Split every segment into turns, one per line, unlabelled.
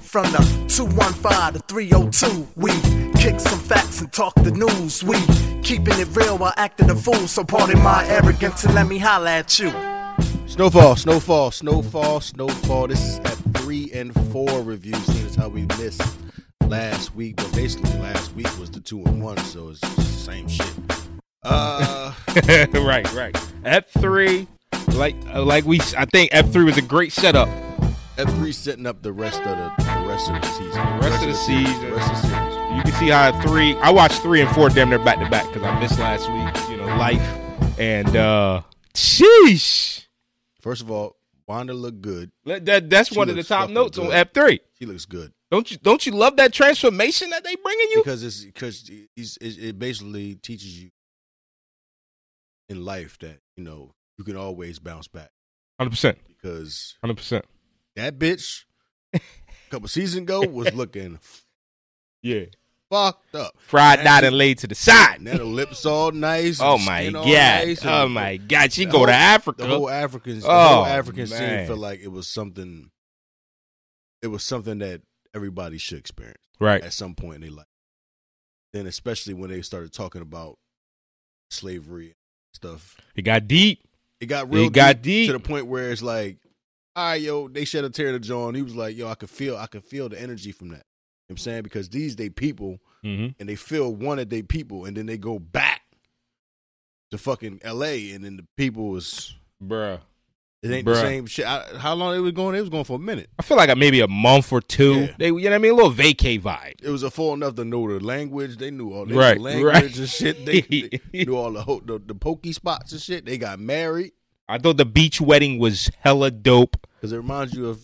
from the 215 to 302. We kick some facts and talk the news. We keeping it real while acting a fool. So pardon my arrogance and let me holla at you.
Snowfall, snowfall, snowfall, snowfall. This is at three and four review. Seeing as how we missed last week, but basically last week was the two and one, so it's the same shit. Uh,
right, right. F three, like uh, like we, I think F three was a great setup.
at three, setting up the rest of the, the rest of the season.
The rest of the
The
season.
rest of the series.
You can see how three. I watched three and four damn near back to back because I missed last week. You know, life and uh, sheesh.
First of all, Wanda looked good.
That, that that's
She
one of the
looks
top
fucking
notes on
good.
F three.
She looks good.
Don't you don't you love that transformation that they bringing you?
because it's because it's, it, it basically teaches you in life that you know you can always bounce back
Hundred percent,
because
hundred percent.
that bitch a couple seasons ago was looking
Yeah,
fucked up.
fried,
Now
not
she-
and laid to the side.
Now the lips all nice. and
Oh
the
my
skin all
god!
nice and
oh
the-
my god! She
the
go
whole-
to Africa.
The whole African, the
Oh,
whole African
man.
scene felt like it was something. It was something that everybody should experience.
right.
at some point in their life. Then, especially when they started talking about slavery stuff,
It got deep.
it got real.
It got deep.
to the point where it's like, all right, yo, they shed a tear to John. He was like, yo, I could feel, I could feel the energy from that. You know what I'm saying because these they people
Mm-hmm.
and they feel one of they people, and then they go back to fucking L.A. and then the people was
Bruh.
it ain't
Bruh.
the same shit. I, how long they was going? They was going for a minute.
I feel like a- maybe a month or two.
Yeah.
They, you know what I mean? A little vacay vibe.
It was a full enough to know the language. They knew all they
Right,
knew language
right.
and shit. They, they knew all the, ho- the the pokey spots and shit. They got married
I thought the beach wedding was hella dope.
because it reminds you of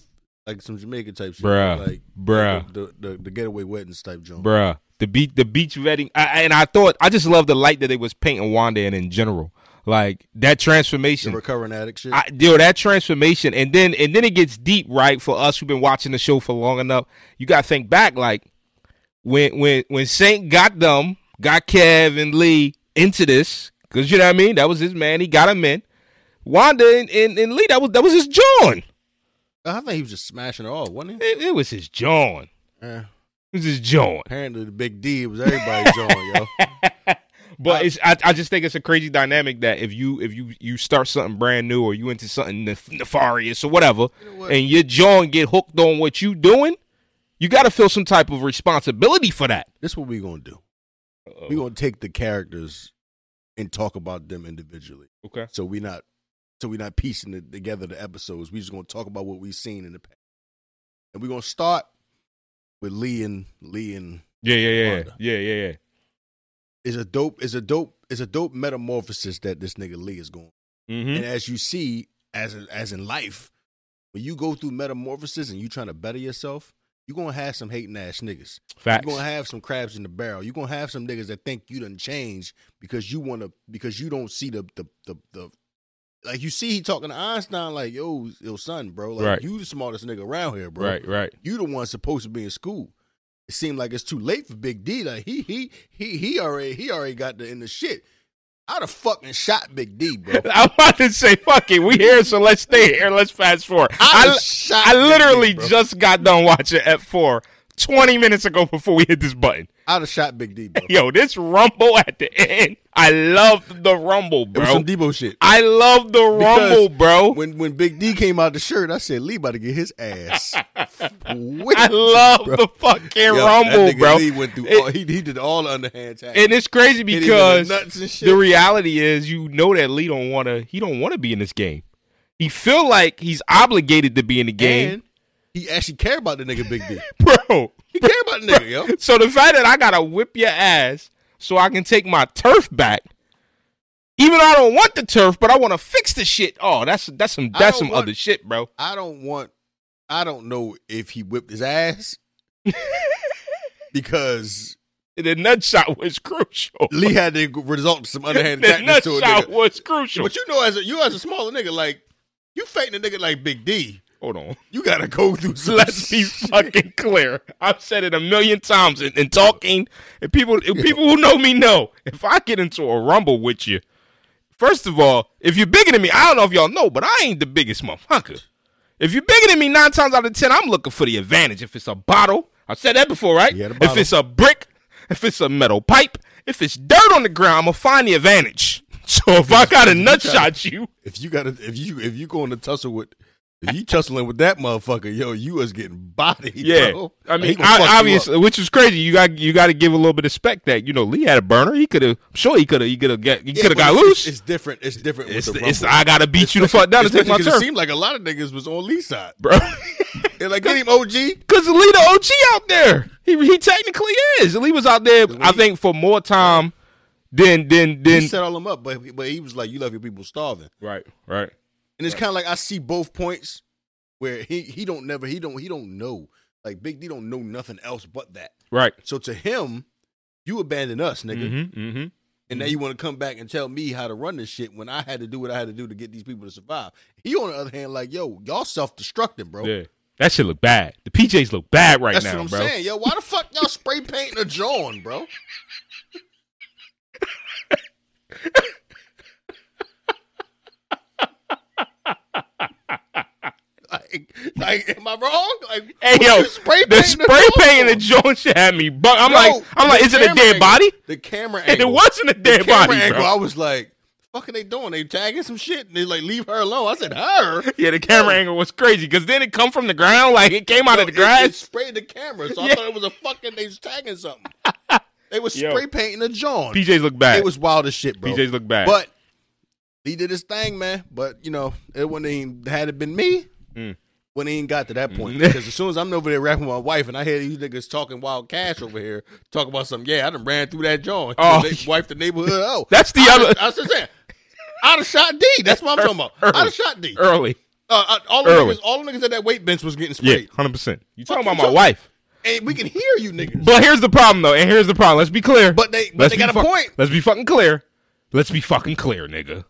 like some Jamaican type shit,
Bruh,
like
bruh.
the, the, the, getaway weddings type joint.
Bruh. The beach the beach wedding I, I- and I thought I just love the light that they was painting Wanda in in general. Like that
The
transformation.
recovering addict shit.
I, yo, that transformation, and then and then it gets deep, right? For us who've been watching the show for long enough, you got to think back, like when when when Saint got them, got Kev and Lee into this, because you know what I mean. That was his man. He got him in. Wanda and, and, and Lee, that was that was his John.
Oh, I think he was just smashing it all, wasn't he?
It, it was his John.
Eh,
It was his John.
apparently, the big D was everybody's joint, yo. Uh,
But it's I, I just think it's a crazy dynamic that if you if you you start something brand new or you into something nef- nefarious or whatever,
what?
and your jaw and get hooked on what you doing, you got to feel some type of responsibility for that.
This what we gonna do. We
Oh.
gonna take the characters and talk about them individually.
Uh, Okay.
So we not so we not piecing it together the episodes. We just gonna talk about what we've seen in the past. And we're gonna start with Lee and Lee and
Yeah, yeah, yeah,
Wanda.
yeah, yeah, yeah.
it's a dope it's a dope it's a dope metamorphosis that this nigga Lee is going.
Mm-hmm.
And as you see, as in, as in life, when you go through metamorphosis and you trying to better yourself, you're gonna have some hating ass niggas.
Facts.
You're gonna have some crabs in the barrel. You're gonna have some niggas that think you done changed because you wanna because you don't see the the the, the like you see he talking to Einstein like yo yo son bro like
Right.
you the smartest nigga around here bro
Right, right.
you the one supposed to be in school. It seemed like it's too late for Big D like he he he he already he already got the in the shit. I'd have fucking shot Big D bro.
I'm about to say, fuck it, we here, so let's stay here. Let's fast forward.
I
I,
was shocked
I
at
literally
you, bro.
just got done watching F4 20 minutes ago before we hit this button.
I'd have shot Big D bro.
Yo, this rumble at the end. I love the rumble,
It was
bro.
some Debo shit.
I love the rumble, bro.
When when Big D came out the shirt, I said Lee about to get his ass. whipped,
I love
bro.
the fucking
Yo,
rumble,
that nigga
bro.
Lee went through
It-
all, he, he did all the underhand tackles.
and it's
hit
crazy
him in the
because
nuts and shit.
the reality is, you know that Lee don't want to. He don't want to be in this game. He feel like he's obligated to be in the game,
And he actually cared about the nigga Big D.
bro.
He cared about the nigga, yo.
So the fact that I gotta whip your ass so I can take my turf back, even though I don't want the turf, but I want to fix the shit. Oh, that's that's some
I
that's
don't
some
want-
other shit, bro.
I don't want. I don't know if he whipped his ass because
The nut shot was crucial.
Lee had to resort to some underhand
the
tactics
nut
to a
shot
nigga.
was crucial.
But you know, as a, you as a smaller nigga, like you fighting a nigga like Big D,
Hold on.
you gotta go through. Some
Let's be
shit.
fucking clear. I've said it a million times in, in talking, and people and people who know me know. If I get into a rumble with you, first of all, if you're bigger than me, I don't know if y'all know, but I ain't the biggest motherfucker. If you're bigger than me, nine times out of ten, I'm looking for the advantage. If it's a bottle, I said that before, right?
Yeah, the
if
bottle.
it's a brick, if it's a metal pipe, if it's dirt on the ground, I'm gonna find the advantage. So if I got a nut shot you,
If you got to, if you if you going to tussle with, if you tussling with that motherfucker, yo, you was getting bodied.
yeah.
bro.
I
He
mean,
gonna fuck you
I,
up.
obviously, which is crazy. You got you got to give a little bit of spec that you know Lee had a burner. He could have, sure he could have, he could have got, he
Yeah,
could have
but
got
it's-
loose.
It's, it's different. It's different.
It's,
with the
the, it's
rumble.
I gotta beat you the fuck down to take my
Especially 'cause
turn.
It seemed like a lot of niggas was on Lee's side.
bro.
They're like, get him, OG.
Because Lee the OG out there. He he technically is. Lee was out there, I think, for more time than than
He
than.
set all them up, but but he was like, you left your people starving.
Right, right.
And it's kind of like I see both points where he he don't never he don't he don't know like Big D don't know nothing else but that.
Right.
So to him, you abandon us, nigga,
Mm-hmm. Mm-hmm.
and now you want to come back and tell me how to run this shit when I had to do what I had to do to get these people to survive. He on the other hand, like yo, y'all self destructing, bro.
Yeah. That shit look bad. The PJs look bad right
That's
now,
what I'm
bro.
saying, yo. Why the fuck y'all spray painting a drawing, bro? Like, like, am I wrong? Like,
Hey
what
yo,
you spray
the
painting
spray
drawing
painting the
for?
joint shit had me. But I'm
Yo,
like, I'm like,
the
is it a
camera
dead
angle-
body?
The camera
And
angle.
it wasn't a
The
dead
camera
body,
angle.
bro.
I was like, "Fuck are they doing? They tagging some shit?" And they like, "Leave her alone." I said, "Her."
Yeah, the camera
Yo.
angle was crazy because then it come from the ground, like it came out of the
It- It,
grass.
sprayed the camera, so
Yeah.
I thought it was a fucking. They was tagging something. they was
Yo.
spray painting a John.
PJs look bad.
It was wild as shit, bro.
PJs look bad.
But he did his thing, man. But you know, it wouldn't even had it been me.
Mm.
When he ain't got to that point,
Mm.
because as soon as I'm over there rapping with my wife, and I hear these niggas talking wild cash over here, talking about something, yeah, I done ran through that joint.
Oh.
they wiped the neighborhood out.
That's the
I
other-
done- I was just saying, I'd have shot D. That's what I'm talking about. I'd have shot D. Uh,
early.
uh, all the
Early.
niggas, all the niggas at that weight bench was getting
Yeah,
sprayed,
hundred percent. You talking
Fuck you talking-
about my wife?
and we can hear you niggas.
But here's the problem, though, and here's the problem. Let's be clear.
But they- but
Let's
they
be
got a point.
Let's be fucking clear. Let's be fucking clear, nigga.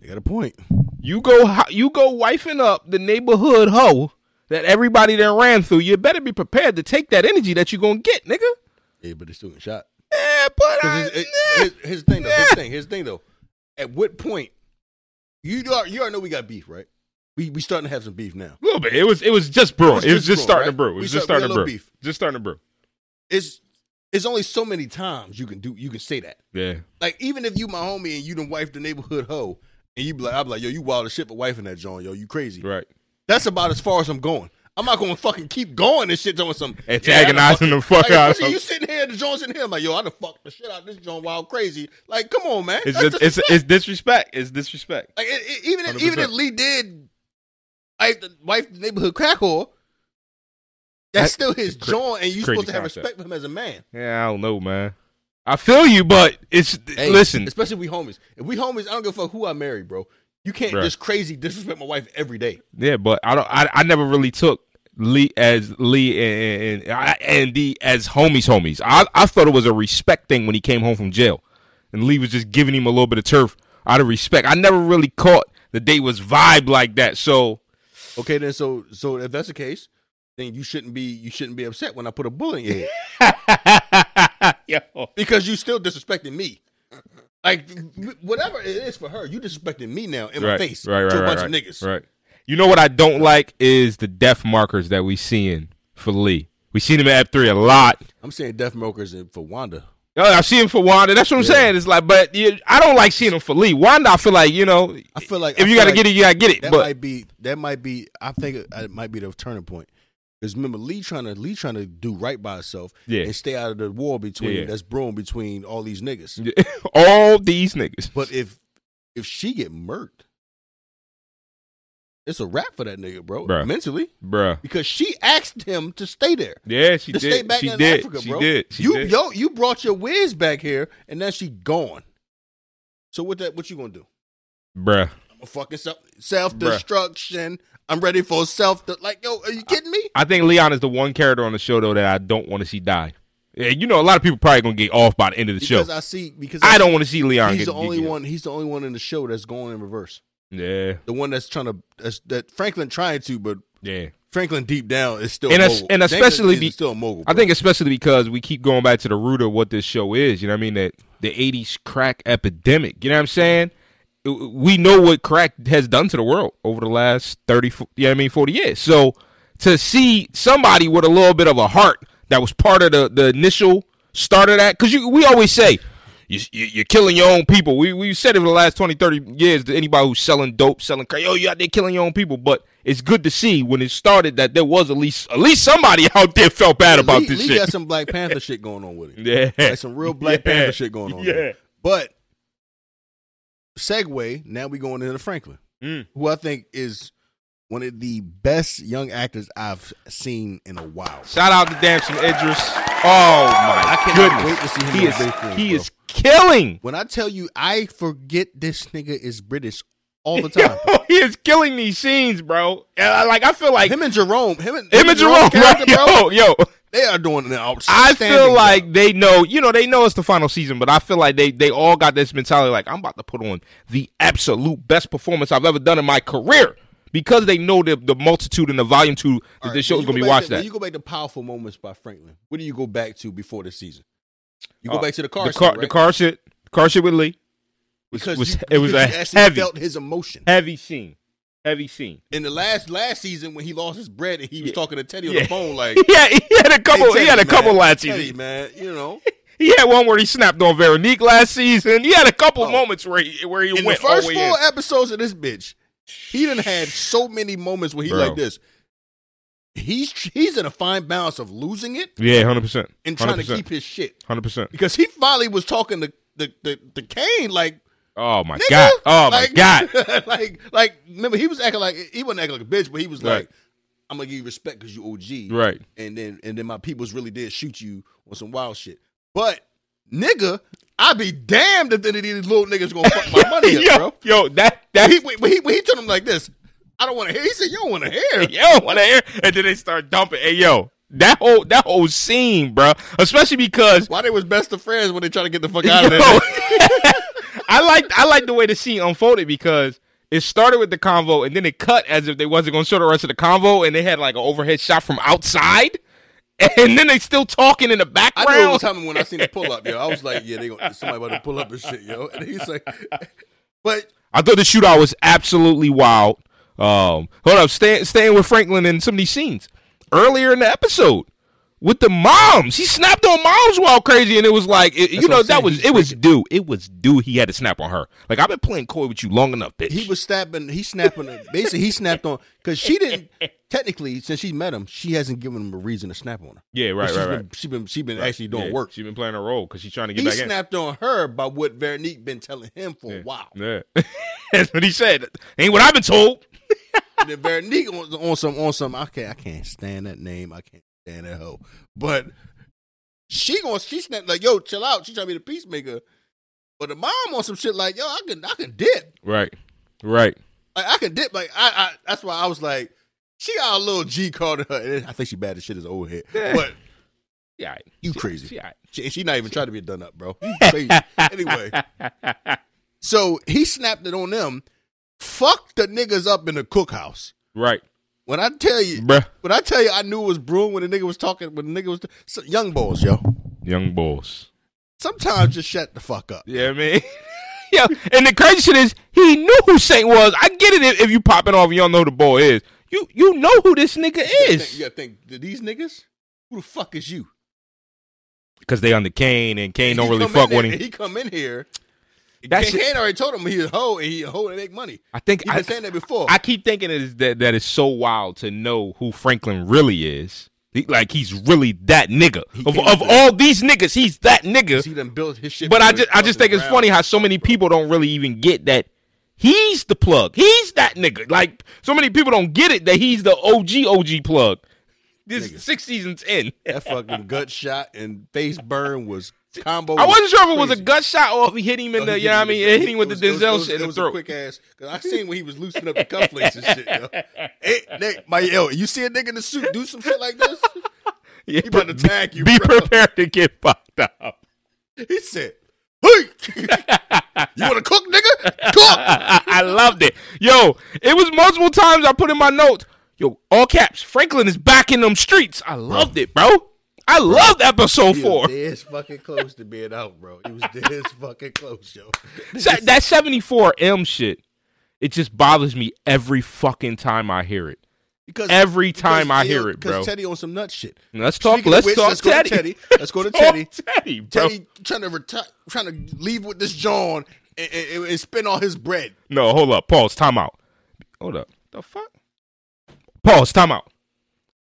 They got a point.
You go, ho- you go, wifing up the neighborhood hoe that everybody that ran through. You better be prepared to take that energy that you gonna get, nigga.
Yeah, but they still getting shot.
Yeah, but I,
Because his,
nah.
his, his thing, though, his
Yeah.
thing, his thing, though. At what point you are, you already know we got beef, right? We we starting to have some beef now.
a little bit. It was, it was just brewing.
was
It was
just brewing,
just starting to
right?
brew. It
We
was just
start- we
starting
had
to
a little
brew.
beef.
Just starting to brew.
It's it's only so many times you can do you can say that.
Yeah,
Like even if you my homie and you done wife the neighborhood hoe, and you be like, I'm like, yo, you wild as shit for wifing that joint, yo, you crazy.
right.
That's about as far as I'm going. I'm not gonna fucking keep going and shit doing some
Antagonizing the fuck
Like,
out of
especially
him.
you sitting here, the Jones sitting here, I'm like, yo, I done fucked the shit out of this John wild crazy. Like, come on, man.
It's,
That's
just, it's,
disrespect.
it's disrespect. It's disrespect.
Like it, it- even if, even
100%.
if Lee did, I the wife the neighborhood crack whore.
That-
That's still his
cra-
joint, and you
crazy
supposed to have
concept.
respect for him as a man.
Yeah, I don't know, man. I feel you, but it's listen.
especially if we homies. If we homies, I don't give a fuck who I marry, bro. You can't
Bruh.
just crazy disrespect my wife every day.
Yeah, but I don't. I, I never really took Lee as Lee and and, and, and D as homies, homies. I I thought it was a respect thing when he came home from jail, and Lee was just giving him a little bit of turf out of respect. I never really caught that they was vibe like that. So
Okay, then so so if that's the case, then you shouldn't be you shouldn't be upset when I put a bullet in your head
yo,
because you still disrespecting me. Like whatever it is for her, you disrespecting me now in my
right,
face
right, right,
to a
right,
bunch
right,
of niggas.
Right. You know what I don't like is the death markers that we seeing for Lee. We seen him at three a lot.
I'm saying death mokers for Wanda.
Oh, I see him for Wanda. That's what I'm saying. It's like, but yeah, I don't like seeing him for Lee. Wanda, I feel like you know,
I feel like
if
I
you
feel
gotta
like
get it, you gotta get it.
that
But
might be that might be. I think it, it might be the turning point. Because remember, Lee trying to Lee trying to do right by herself
Yeah.
and stay out of the war between
Yeah. Mm.
that's brewing between all these niggas.
all these niggas,
But if if she get murked, it's a wrap for that nigga, bro.
Bruh.
Mentally,
bruh.
because she asked him to stay there.
Yeah, she
To stay
did.
back
She
in
did.
Africa,
she
bro.
did. She
you
did.
yo, you brought your whiz back here, and now she gone. So what that what you gonna do?
bruh.
I'm a fucking self self destruction. I'm ready for self. Like yo, are you kidding me?
I think Leon is the one character on the show though that I don't want to see die. Yeah, you know, a lot of people probably gonna get off by the end of the
because
show. I,
I see because I,
don't want to see Leon.
He's
get,
the only
get-
one. He's the only one in the show that's going in reverse.
Yeah,
The one that's trying to that's, that Franklin trying to, but
yeah.
Franklin deep down is still
And
a
es-
mogul.
and
Franklin
especially
is
be-
still a mogul.
I think especially because we keep going back to the root of what this show is. You know what I mean? That the '80s crack epidemic. You know what I'm saying? we know what crack has done to the world over the last 30 fo- yeah i mean 40 years so to see somebody with a little bit of a heart that was part of the, the initial start of that because we always say you, you, you're killing your own people we, we've said it for the last 20 30 years to anybody who's selling dope selling crack yo you out there killing your own people but it's good to see when it started that there was at least at least somebody out there felt bad about
Lee,
this
Lee
shit
got some Black Panther shit going on with it.
Yeah.
Like some real Black
Yeah.
Panther shit going on.
Yeah.
there. But segue, now we going into Franklin,
Mm.
who I think is one of the best young actors I've seen in a while.
Shout out to Damson Idris. Oh my
I cannot wait
goodness.
to see him
he
on
is
big things,
he
bro.
is killing.
When I tell you I forget this nigga is British all the time.
Yo, he is killing these scenes, bro. And I- Like I feel like him,
him and Jerome, him and,
and Jerome,
character,
bro.
bro,
Yo, yo.
they are doing an outstanding.
I feel
job.
like they know, you know, they know it's the final season, but I feel like they they all got this mentality like I'm about to put on the absolute best performance I've ever done in my career because they know the the multitude and the volume to that
All right,
this show's
when
going
you go
to be
back
watched
to-
at.
When you go back to powerful moments by Franklin, what do you go back to before this season? You go
Uh,
back to the car.
the car
scene,
the
right?
car shit, car shit with Lee was,
because
was
you,
it was
because
a
you actually
heavy
felt his emotion
heavy scene. Heavy scene.
in the last last season when he lost his bread and he was talking to Teddy on
Yeah.
the phone like.
Yeah, he had a couple.
"Hey,
he had a
Teddy,
couple
man,
last
Teddy,
season.
man. You know,
He had one where he snapped on Veronique last season. He had a couple
Oh.
moments where he where he
in the
went
first
all the
four
way in.
episodes of this bitch, he done had so many moments where he
Bro.
like this. He's he's in a fine balance of losing it
Yeah, hundred percent.
and trying to keep his shit
hundred percent.
because he finally was talking to the the the Kane like
Oh my
Nigga,
god. Oh my
like-
god.
like, like, remember he was acting like he wasn't acting like a bitch, but he was
Right.
like, "I'm gonna give you respect because you OG,
Right.
And then, and then my peoples really did shoot you on some wild shit. But nigga, I be damned if any of these little niggas gonna fuck my money
yo,
up, bro.
yo, that that
And he, when he, when he told him like this, I don't want to hear. He said, "You don't want to hear."
yo, what I hear, and then they start dumping. Hey, yo, that whole that whole scene, bro. Especially because
Why they was best of friends when they try to get the fuck out of
Yo.
there?
I like I like the way the scene unfolded because it started with the convo and then it cut as if they wasn't going to show the rest of the convo and they had like an overhead shot from outside and then they still talking in the
I
background.
knew it was coming when I seen the pull up, yo. I was like, "Yeah, they gonna somebody about to pull up and shit, yo." And he's like, "But
I thought the shootout was absolutely wild. Um, hold up, stay, staying with Franklin in some of these scenes earlier in the episode with the moms. He snapped on moms while crazy, and it was like it- you
what
know
I'm
that
saying.
was it was due. It was due. He had to snap on her. Like I've been playing coy with you long enough, bitch.
he was snapping. He snapping. basically, he snapped on because she didn't. Technically, since she's met him, she hasn't given him a reason to snap on her.
yeah, right,
She's
right,
been,
right.
She been she been actually doing
Yeah,
work.
She been playing a role because she's trying to get
He
back
snapped on her by what Veronique been telling him for a while.
in. Yeah, that's what he said. Ain't what I've been told.
And then Veronique on, on some on some. I can't I can't stand that name. I can't stand that hoe. But she gonna she snap like yo chill out. She trying to be the peacemaker. But the mom on some shit like yo I can I can dip.
Right, right.
Like I can dip. Like I, I that's why I was like, she got a little G card in her. And I think she bad as shit as an old head. But
Yeah, all right.
you crazy.
she all right.
She, she not even trying to be a done up, bro. You crazy. anyway, so he snapped it on them. Fuck the niggas up in the cookhouse.
right,
When I tell you,
bruh.
when I tell you, I knew it was brewing when the nigga was talking. When the nigga was so, young boys, yo.
Young boss.
Sometimes just shut the fuck up.
Yeah, I mean, yeah. And the crazy shit is, he knew who Saint was. I get it if, if you popping off and you don't know who the boy is. You you know who this
You
nigga
gotta think- you
is
gotta think do these niggas. Who the fuck is you?
because they under Kane and Kane don't
He
really
come in
fuck
there-
with him.
He come in here.
That shit-
Kane already told him he a hoe and he a hoe to make money.
I think
He
I,
been saying that before.
I keep thinking it is that that is so wild to know who Franklin really is. He- like he's really that nigga of,
came
of
with
all these niggas. He's that nigga.
he done built his shit.
But I
from the
just I just think it's
ground.
funny how so many people don't really even get that he's the plug. He's that nigga. Like so many people don't get it that he's the OG OG plug. This six seasons in.
that fucking gut shot and face burn was combo.
I wasn't sure if it was a
crazy.
gut shot or if he hit him in
No,
the
he
you know what I
didn't
mean
even-
it hit him with
it
the
was- it
Denzel
was-
shit
It
in the
was a
throat.
quick ass because I seen when he was loosening up the cufflinks and shit. Yo. Hey, Nick, my yo, you see a nigga in the suit do some shit like this?
Yeah,
He about to
but
tag you.
be
bro.
prepared to get fucked up.
He said, "Hey, you want to cook, nigga? Cook."
I, I loved it. Yo, it was multiple times I put in my notes. Yo, all caps. Franklin is back in them streets. I loved it, bro. I loved episode
He
four.
was dead fucking close to being out, bro. He was dead fucking close, yo.
Se- that 74M shit, it just bothers me every fucking time I hear it.
Because
Every time I hear it, bro.
Because Teddy on some nut shit.
Let's talk.
Speaking of
let's
which,
talk
let's go to
Teddy.
Teddy. Let's go to
Talk
Teddy.
Oh, Teddy, bro.
Teddy trying to retire, trying to leave with this John and, and, and spend all his bread.
No, hold up. Pause. Time out. Hold up. The fuck? Pause. Time out.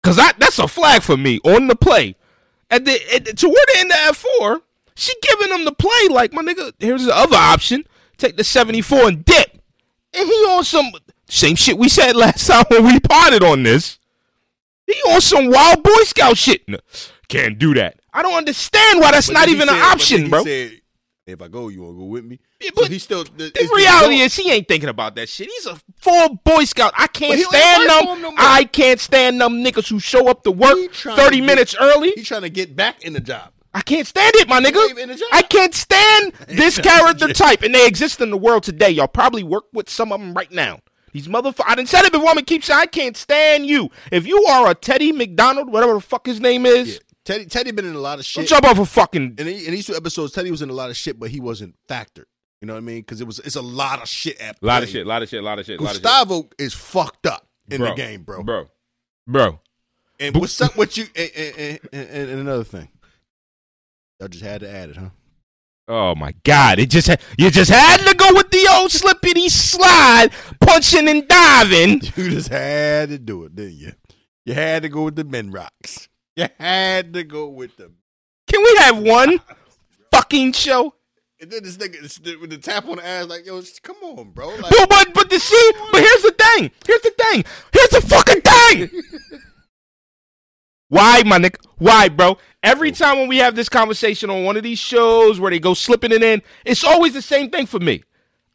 Cause I that's a flag for me on the play. At the at, toward the end of F four, she giving him the play like my nigga. Here's the other option: take the seventy four and dip. And he on some same shit we said last time when we potted on this. He on some wild boy scout shit. No, can't do that. I don't understand why that's
But
not
then he
even
said-
an
but then
option,
he
bro.
said, if I go, you won't go with me.
Yeah,
So
but
he still. The,
The reality is he ain't thinking about that shit. He's a full Boy Scout. I
But
can't
he don't
stand
work
them.
for 'em no more.
I can't stand them niggas who show up to work
He trying to
thirty
get-
minutes early.
he's trying to get back in the job.
I can't stand it, my
ain't even in the
nigga.
job.
I can't stand this
trying to
character
get-
type, and they exist in the world today. Y'all probably work with some of them right now. These motherfuckers. I done said it before. I'm gonna keep saying I can't stand you. If you are a Teddy McDonald, whatever the fuck his name is,
Yeah. Teddy Teddy been in a lot of
don't
shit.
jump off a fucking.
And in, in these two episodes, Teddy was in a lot of shit, but he wasn't factored. You know what I mean? Because it was it's a lot of shit at play.
lot of shit, lot of shit,
Gustavo is fucked up in the game, bro.
bro, bro.
And what's up with you? And, and, and, and- and another thing, y'all just had to add it, huh?
Oh my God! It just ha- you just had to go with the old slippity slide, punching and diving.
You just had to do it, didn't you? You had to go with the men rocks. You had to go with them.
Can we have one fucking show?
And then this nigga this- with the tap on the ass, like, yo, just come on, bro. Like,
But but but the see. But here's the thing. Here's the thing. Here's the fucking thing. Why, my nigga? Why, bro? Every time when we have this conversation on one of these shows where they go slipping it in, it's always the same thing for me.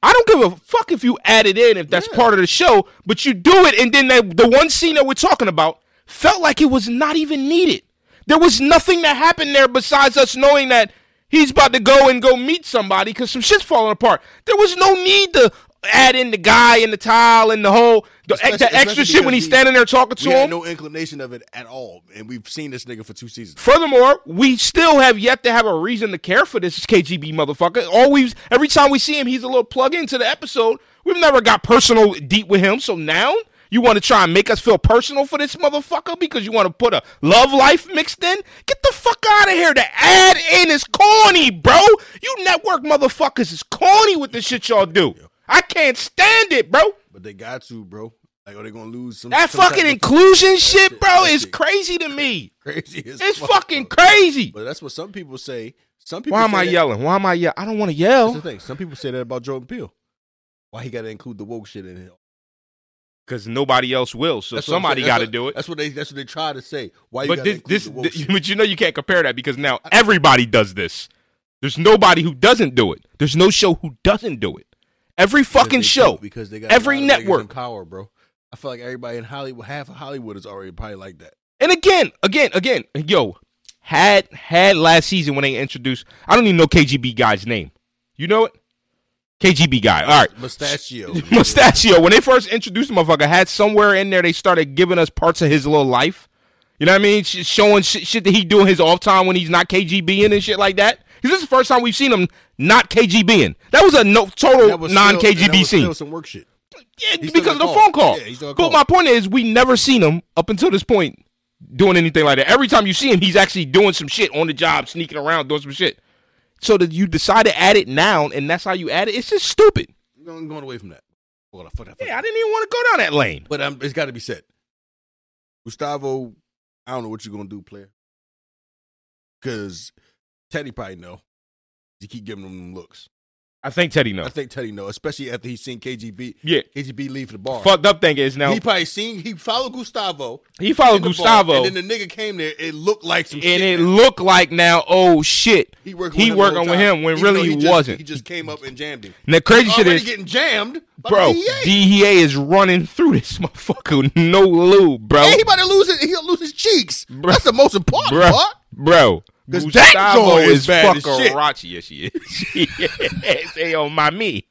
I don't give a fuck if you add it in if that's part of the show, but you do it, and then that, the one scene that we're talking about felt like it was not even needed. There was nothing that happened there besides us knowing that he's about to go and go meet somebody because some shit's falling apart. There was no need to add in the guy and the towel and the whole the,
Especially-
the extra
especially
shit when
because
he's
he-
standing there talking to
we
him.
had no inclination of it at all. And we've seen this nigga for two seasons.
Furthermore, we still have yet to have a reason to care for this KGB motherfucker. Always, every time we see him, he's a little plug into the episode. We've never got personal deep with him, so now you want to try and make us feel personal for this motherfucker because you want to put a love life mixed in? Get the fuck out of here. The ad in is corny, bro. You network motherfuckers is corny with the shit y'all do. I can't stand it, bro.
But they got to, bro. Like, are they gonna lose some?
That
some type
fucking
of-
inclusion shit, bro,
that
is
shit-
crazy to me.
crazy. As
It's
fuck,
fucking
bro.
crazy.
But that's what some people say. Some people.
Why am
say
I
that-
yelling? Why am I yelling? I don't want to
That's the
yell.
thing. Some people say that about Jordan Peele. Why he got to include the woke shit in it?
Because nobody else will. So
That's what I'm
somebody
saying. That's
got to
what-
do it.
That's what they. That's what they try to say. Why you
But
got
this,
include
this,
the woke shit?
but you know, you can't compare that because now everybody does this. There's nobody who doesn't do it. There's no show who doesn't do it. Every fucking
Because they do,
show.
because they got a
every
lot of niggas in
network.
power, bro. I feel like everybody in Hollywood, half of Hollywood is already probably like that.
And again, again, again, yo, had had last season when they introduced. I don't even know KGB guy's name. You know it? KGB guy. All right.
Mustachio,
Mustachio, when they first introduced the motherfucker, had somewhere in there they started giving us parts of his little life. You know what I mean? Sh- showing shit, shit that he do in his off time when he's not KGBing and shit like that. Because this is the first time we've seen him not KGBing. That was a no, total
That was still-
non
and that
KGB
was
scene.
Still some work shit.
Yeah,
he's still
because of the
on call.
phone call.
Yeah, he's still on
but
call.
my point is, we never seen him up until this point doing anything like that. Every time you see him, he's actually doing some shit on the job, sneaking around, doing some shit. So that you decide to add it now, and that's how you add it. It's just stupid.
I'm going going away from that. Hold on, fuck that. fuck
Yeah, I
that.
didn't even want to go down that lane.
But um, it's got to be said. Gustavo, I don't know what you're gonna do, player. Because Teddy probably know. You keep giving him looks.
I think Teddy knows.
I think Teddy know, especially after he's seen KGB.
yeah.
KGB leave the bar.
Fucked up thing is now
He
he,
probably seen. He followed Gustavo. in
followed
the bar,
Gustavo,
and then the nigga came there. It looked like some.
and
shit.
it looked like now, oh shit.
He working.
he
with him
working
the whole
with
time,
him when
even
really
though
he
just-
wasn't.
He just came up and jammed him.
And the crazy shit
Already
is,
getting jammed, by
bro,
the DEA.
DEA is running through this motherfucker, no lube, bro,
And he about to lose it. He'll lose his cheeks. That's the most important
bro,
part.
bro.
'Cause that
Gustavo
joint is
is
bad as shit.
fucking Yes, she is. She is. Hey, yo, my me.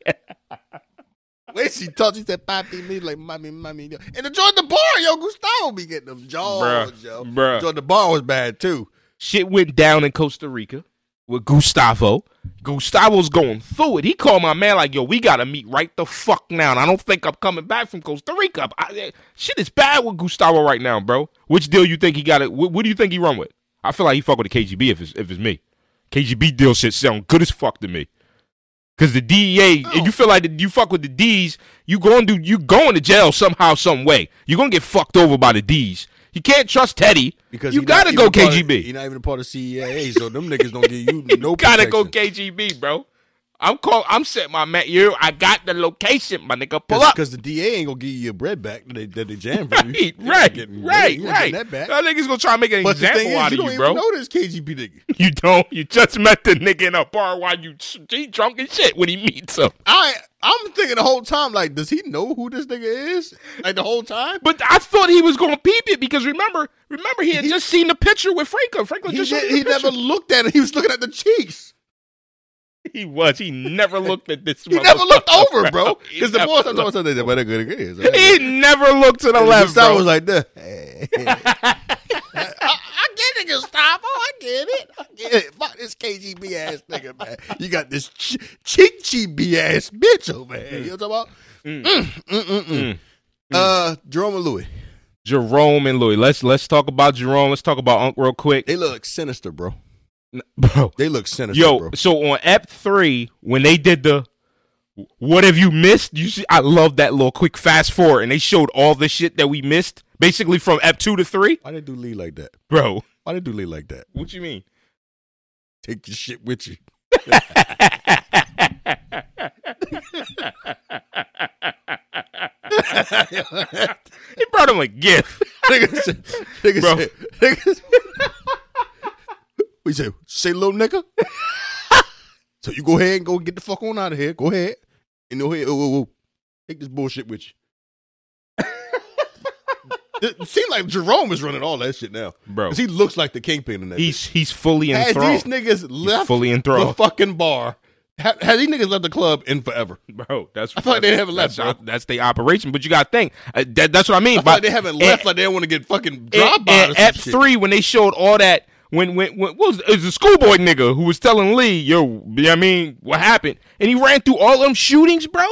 When she talked, she said, Papi, me like, mommy, mommy. yo." And the Jordan the bar, yo, Gustavo be getting them jaws,
Bruh,
yo.
bruh.
Jordan the bar was bad, too.
Shit went down in Costa Rica with Gustavo. Gustavo's going through it. He called my man like, "Yo, we gotta meet right the fuck now." And I don't think I'm coming back from Costa Rica. I- shit is bad with Gustavo right now, bro. Which deal you think he got? It? What, what do you think he run with? I feel like he fuck with the KGB if it's if it's me. KGB deal shit sound good as fuck to me. Cause the DEA,
Oh.
if you feel like you fuck with the D's, you going to you going to jail somehow, some way. You're gonna get fucked over by the D's. You can't trust Teddy
Because
you
he not
gotta
even
go
a part of-
KGB.
he not even a part of CEA, so them niggas don't give you no.
you gotta go
protection.
KGB, bro. I'm call. I'm set my man. You, I got the location, my nigga. Pull up.
Because the DA ain't gonna give you your bread back that they, that they jammed from you.
Right,
You ain't
right,
getting-
right,
you ain't
right.
getting That back.
That nigga's gonna try to make an
But the
example
thing is,
out
you
of
don't
you,
even
bro.
know this KGB nigga.
You don't. You just met the nigga in a bar while you he drunk and shit when he meets him.
I I'm thinking the whole time, like, does he know who this nigga is? Like the whole time.
But I thought he was gonna peep it because remember, remember he had just seen the picture with Franklin. Franklin
He,
just showed
ne-
me
he
the picture.
never looked at it. He was looking at the cheeks.
He was. He never looked at this.
He never looked over, bro.
He
Because the
never
boy started
looked.
talking something. But that good it is.
He never looked to the left,
Gustavo
bro.
was like, "Duh." I, I get it, Gustavo. I get it. I get it. Fuck this KGB ass nigga, man. You got this ch- chinchy B ass bitch over here. You know what I'm talking about? Mm. Mm. Mm. Mm. Uh, Jerome and Louis.
Jerome and Louis. Let's let's talk about Jerome. Let's talk about Unc real quick,
They look sinister, bro.
N- bro.
They look sinister,
Yo,
bro.
so on Ep three when they did the what have you missed? You see, I love that little quick fast forward, and they showed all the shit that we missed, basically from Ep two to three,
Why they do Lee like that?
bro.
Why they do Lee like that?
What you mean?
Take your shit with you.
He brought him a gift.
nigga said, nigga
Bro.
said, nigga said, we said, say little nigga. so you go ahead and go get the fuck on out of here. Go ahead. And go ahead, ooh, ooh, ooh. take this bullshit with you. it seems like Jerome is running all that shit now.
Bro.
'Cause he looks like the kingpin in that. bitch.
He's he's fully
Has these
enthralled,
niggas left
fully
the
enthralled,
fucking bar? Ha- Has these niggas left the club in forever?
bro. That's
I thought they haven't left,
that's,
bro.
op- That's the operation, but you got to think uh, that, that's what I mean.
I feel like they haven't left, like they don't want to get fucking dropped by or some
at
shit.
three when they showed all that when when, when what was it was the schoolboy nigga who was telling Lee, yo, you know what I mean, what happened? And he ran through all them shootings, bro.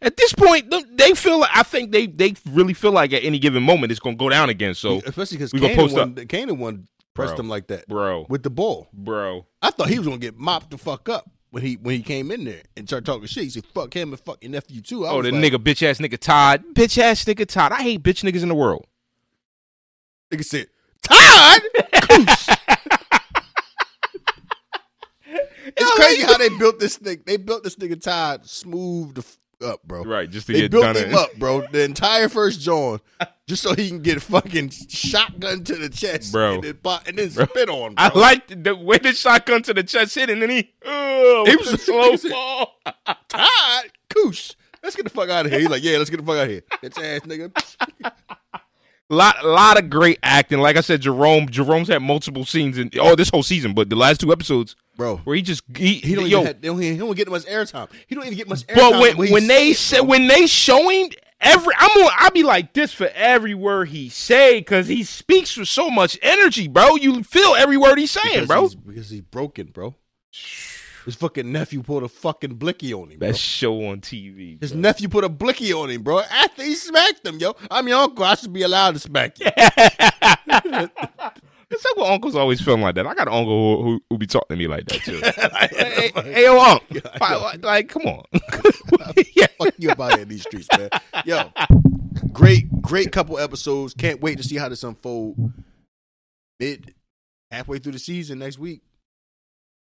At this point, th- they feel like I think they they really feel like at any given moment it's gonna go down again. So
especially because
we gonna
Kanan
post
one,
up.
Kanan one pressed
Bro.
him like that,
Bro.
with the ball.
bro.
I thought he was gonna get mopped the fuck up when he when he came in there and started talking shit. He said, "Fuck him and fuck your nephew too." I
Oh,
was
the
like,
nigga, bitch ass nigga Todd, bitch ass nigga Todd. I hate bitch niggas in the world.
nigga said, "Todd." Cooch." it's crazy how they built this nigga. They built this nigga Todd smooth the f- up, bro.
Right, just to
They
get
built
done
him
in.
up, bro. The entire first John, just so he can get fucking shotgun to the chest,
Bro.
and then, bo- and then spit on. Bro.
I liked the way the shotgun to the chest hit, and then he, uh,
He
it
was-
was a slow
he said-
fall.
Todd Koosh. Let's get the fuck out of here. He's like, yeah, let's get the fuck out of here. That's ass nigga.
lot lot of great acting. Like I said, Jerome Jerome's had multiple scenes in oh this whole season, but the last two episodes
Bro,
where he just he,
he don't,
yo.
even have, they don't, he don't get much airtime. He don't even get much airtime.
but when
he's
when they
sick,
say
bro.
when they show him every I'm on I be like this for every word he say because he speaks with so much energy, bro. You feel every word he's saying,
Because
bro.
he's- because he's broken, bro. His fucking nephew put a fucking blicky on him. Bro.
That show on TV.
His nephew put a blicky on him, bro. After he smacked him, yo. I'm your uncle. I should be allowed to smack you.
It's like what uncles always film like that. I got an uncle who, who, who be talking to me like that too. hey, hey, yo, uncle. Like, like, come on. yeah.
fuck you up out here in these streets, man. Yo, great, great couple episodes. Can't wait to see how this unfold. Mid, halfway through the season next week.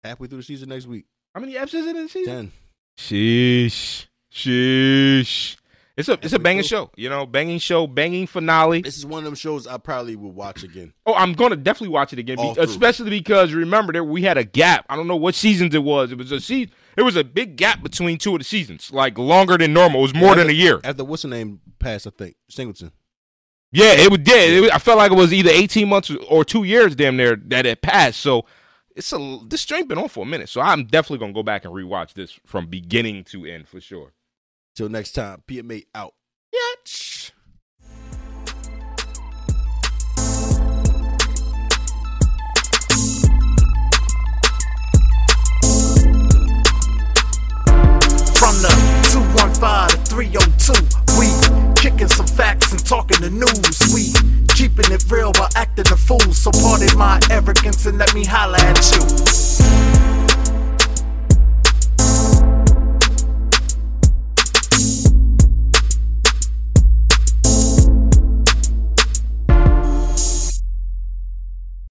Halfway through the season next week.
How many episodes is it in the season?
Ten.
Sheesh. Sheesh. It's a it's a
we
banging
do.
show, you know, banging show, banging finale.
This is one of them shows I probably will watch again.
Oh, I'm gonna definitely watch it again, be-
All through.
especially because remember there we had a gap. I don't know what seasons it was. It was a season. It was a big gap between two of the seasons, like longer than normal. It was more than a year.
After what's her name passed, I think Singleton.
Yeah, it was. Yeah, it was- I felt like it was either 18 months or two years, damn near that it passed. So it's a this string been on for a minute. So I'm definitely gonna go back and rewatch this from beginning to end for sure.
Till next time, PMA out. Yatch.
oh facts and talking the news. We keeping it real while acting a fool. So pardon my arrogance and let me holler at you.